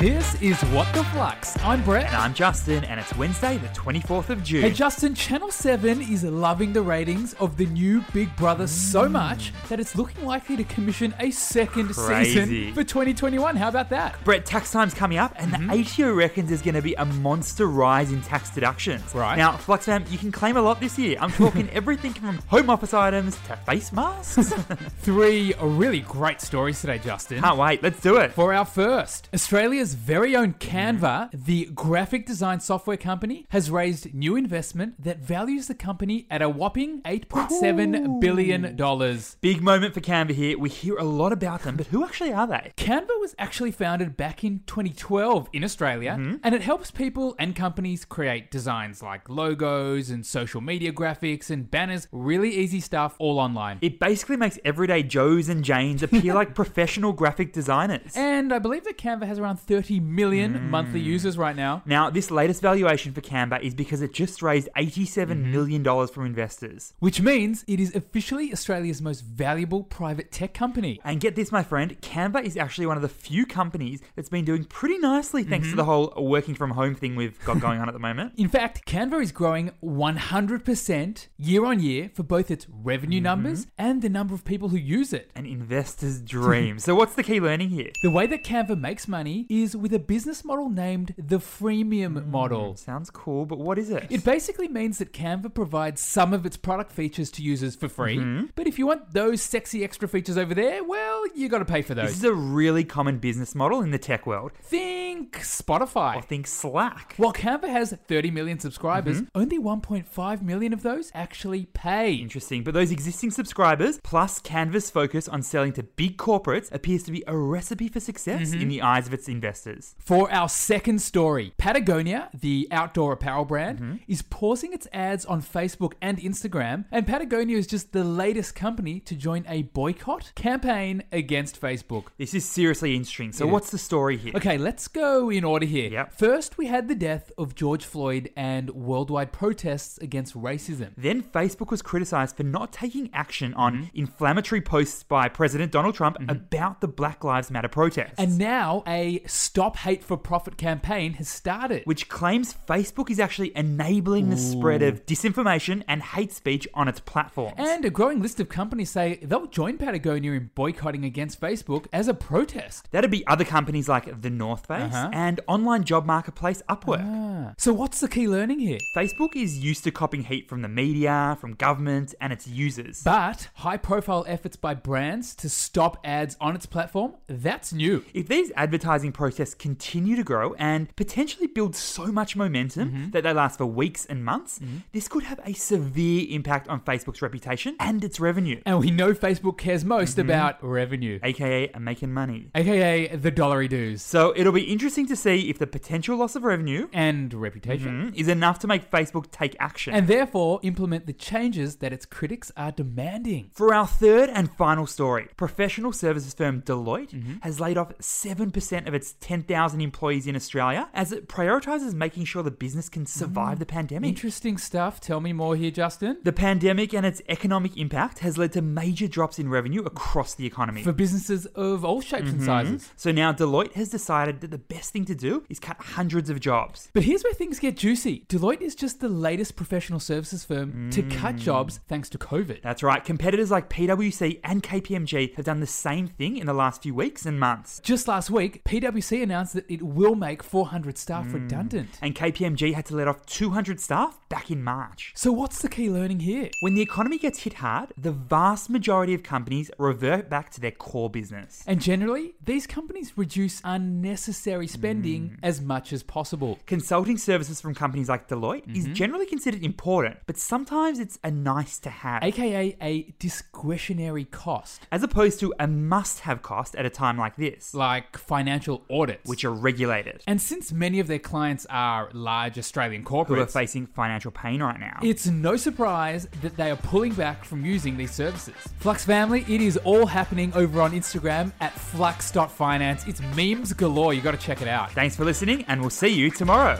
This is What the Flux. I'm Brett. And I'm Justin, and it's Wednesday, the 24th of June. Hey Justin, Channel 7 is loving the ratings of the new Big Brother so much that it's looking likely to commission a second Crazy. season for 2021. How about that? Brett, tax time's coming up, and Mm-hmm. the ATO reckons there's going to be a monster rise in tax deductions. Right. Now, Fluxfam, you can claim a lot this year. I'm talking everything from home office items to face masks. Three really great stories today, Justin. Can't wait, let's do it. For our first, Australia's very own Canva, the graphic design software company, has raised new investment that values the company at a whopping $8.7 billion. dollars. Big moment for Canva here. We hear a lot about them, but who actually are they? Canva was actually founded back in 2012 in Australia, and it helps people and companies create designs like logos and social media graphics and banners, really easy stuff all online. It basically makes everyday Joes and Janes appear like professional graphic designers. and I believe that Canva has around 30 million monthly users right now. Now, this latest valuation for Canva is because it just raised Mm-hmm. $87 million dollars from investors. Which means it is officially Australia's most valuable private tech company. And get this, my friend, Canva is actually one of the few companies that's been doing pretty nicely thanks Mm-hmm. to the whole working from home thing we've got going on at the moment. In fact, Canva is growing 100% year on year for both its revenue numbers and the number of people who use it. An investor's dream. So, what's the key learning here? The way that Canva makes money is with a business model named the freemium model. Sounds cool, but what is it? It basically means that Canva provides some of its product features to users for free, but if you want those sexy extra features over there, well, you gotta pay for this those. is a really common business model in the tech world. Think Spotify. I think Slack. While Canva has 30 million subscribers, only 1.5 million of those actually pay. Interesting, but those existing subscribers plus Canva's focus on selling to big corporates appears to be a recipe for success Mm-hmm. in the eyes of its investors. For our second story, Patagonia, the outdoor apparel brand, Mm-hmm. is pausing its ads on Facebook and Instagram, and Patagonia is just the latest company to join a boycott campaign against Facebook. This is seriously interesting. So, It is. what's the story here? Okay, let's go in order here. Yep. First, we had the death of George Floyd and worldwide protests against racism. Then Facebook was criticized for not taking action on Mm-hmm. inflammatory posts by President Donald Trump about the Black Lives Matter protests. And now a stop hate for profit campaign has started. which claims Facebook is actually enabling the spread of disinformation and hate speech on its platforms. And a growing list of companies say they'll join Patagonia in boycotting against Facebook as a protest. That'd be other companies like The North Face Uh-huh. Ah. and online job marketplace Upwork. So, what's the key learning here? Facebook is used to copying heat from the media, from government, and its users. But high profile efforts by brands to stop ads on its platform, that's new. If these advertising protests continue to grow and potentially build so much momentum that they last for weeks and months, this could have a severe impact on Facebook's reputation and its revenue, And we know Facebook cares most about revenue, aka making money. aka the dollary dues So it'll be interesting to see if the potential loss of revenue and reputation. mm, is enough to make Facebook take action. And therefore, implement the changes that its critics are demanding. for our third and final story, professional services firm Deloitte has laid off 7% of its 10,000 employees in Australia as it prioritizes making sure the business can survive the pandemic. Interesting stuff. Tell me more here, Justin. The pandemic and its economic impact has led to major drops in revenue across the economy. For businesses of all shapes and sizes. so now Deloitte has decided that the best thing to do is cut hundreds of jobs. But here's where things get juicy. Deloitte is just the latest professional services firm to cut jobs thanks to COVID. That's right, competitors like PwC and KPMG have done the same thing in the last few weeks and months. Just last week, PwC announced that it will make 400 staff redundant. And KPMG had to let off 200 staff back in March. So, what's the key learning here? When the economy gets hit hard, the vast majority of companies revert back to their core business. And generally, these companies reduce unnecessary spending as much as possible. Consulting services from companies like Deloitte is generally considered important, but sometimes it's a nice to have. AKA a discretionary cost, as opposed to a must have cost at a time like this, like financial audits. which are regulated, and since many of their clients are large Australian who are corporates, facing financial pain right now. It's no surprise that they are pulling back from using these services. Flux family, it is all happening over on Instagram at flux.finance. It's memes galore. You got to check it out. Thanks for listening, and we'll see you tomorrow.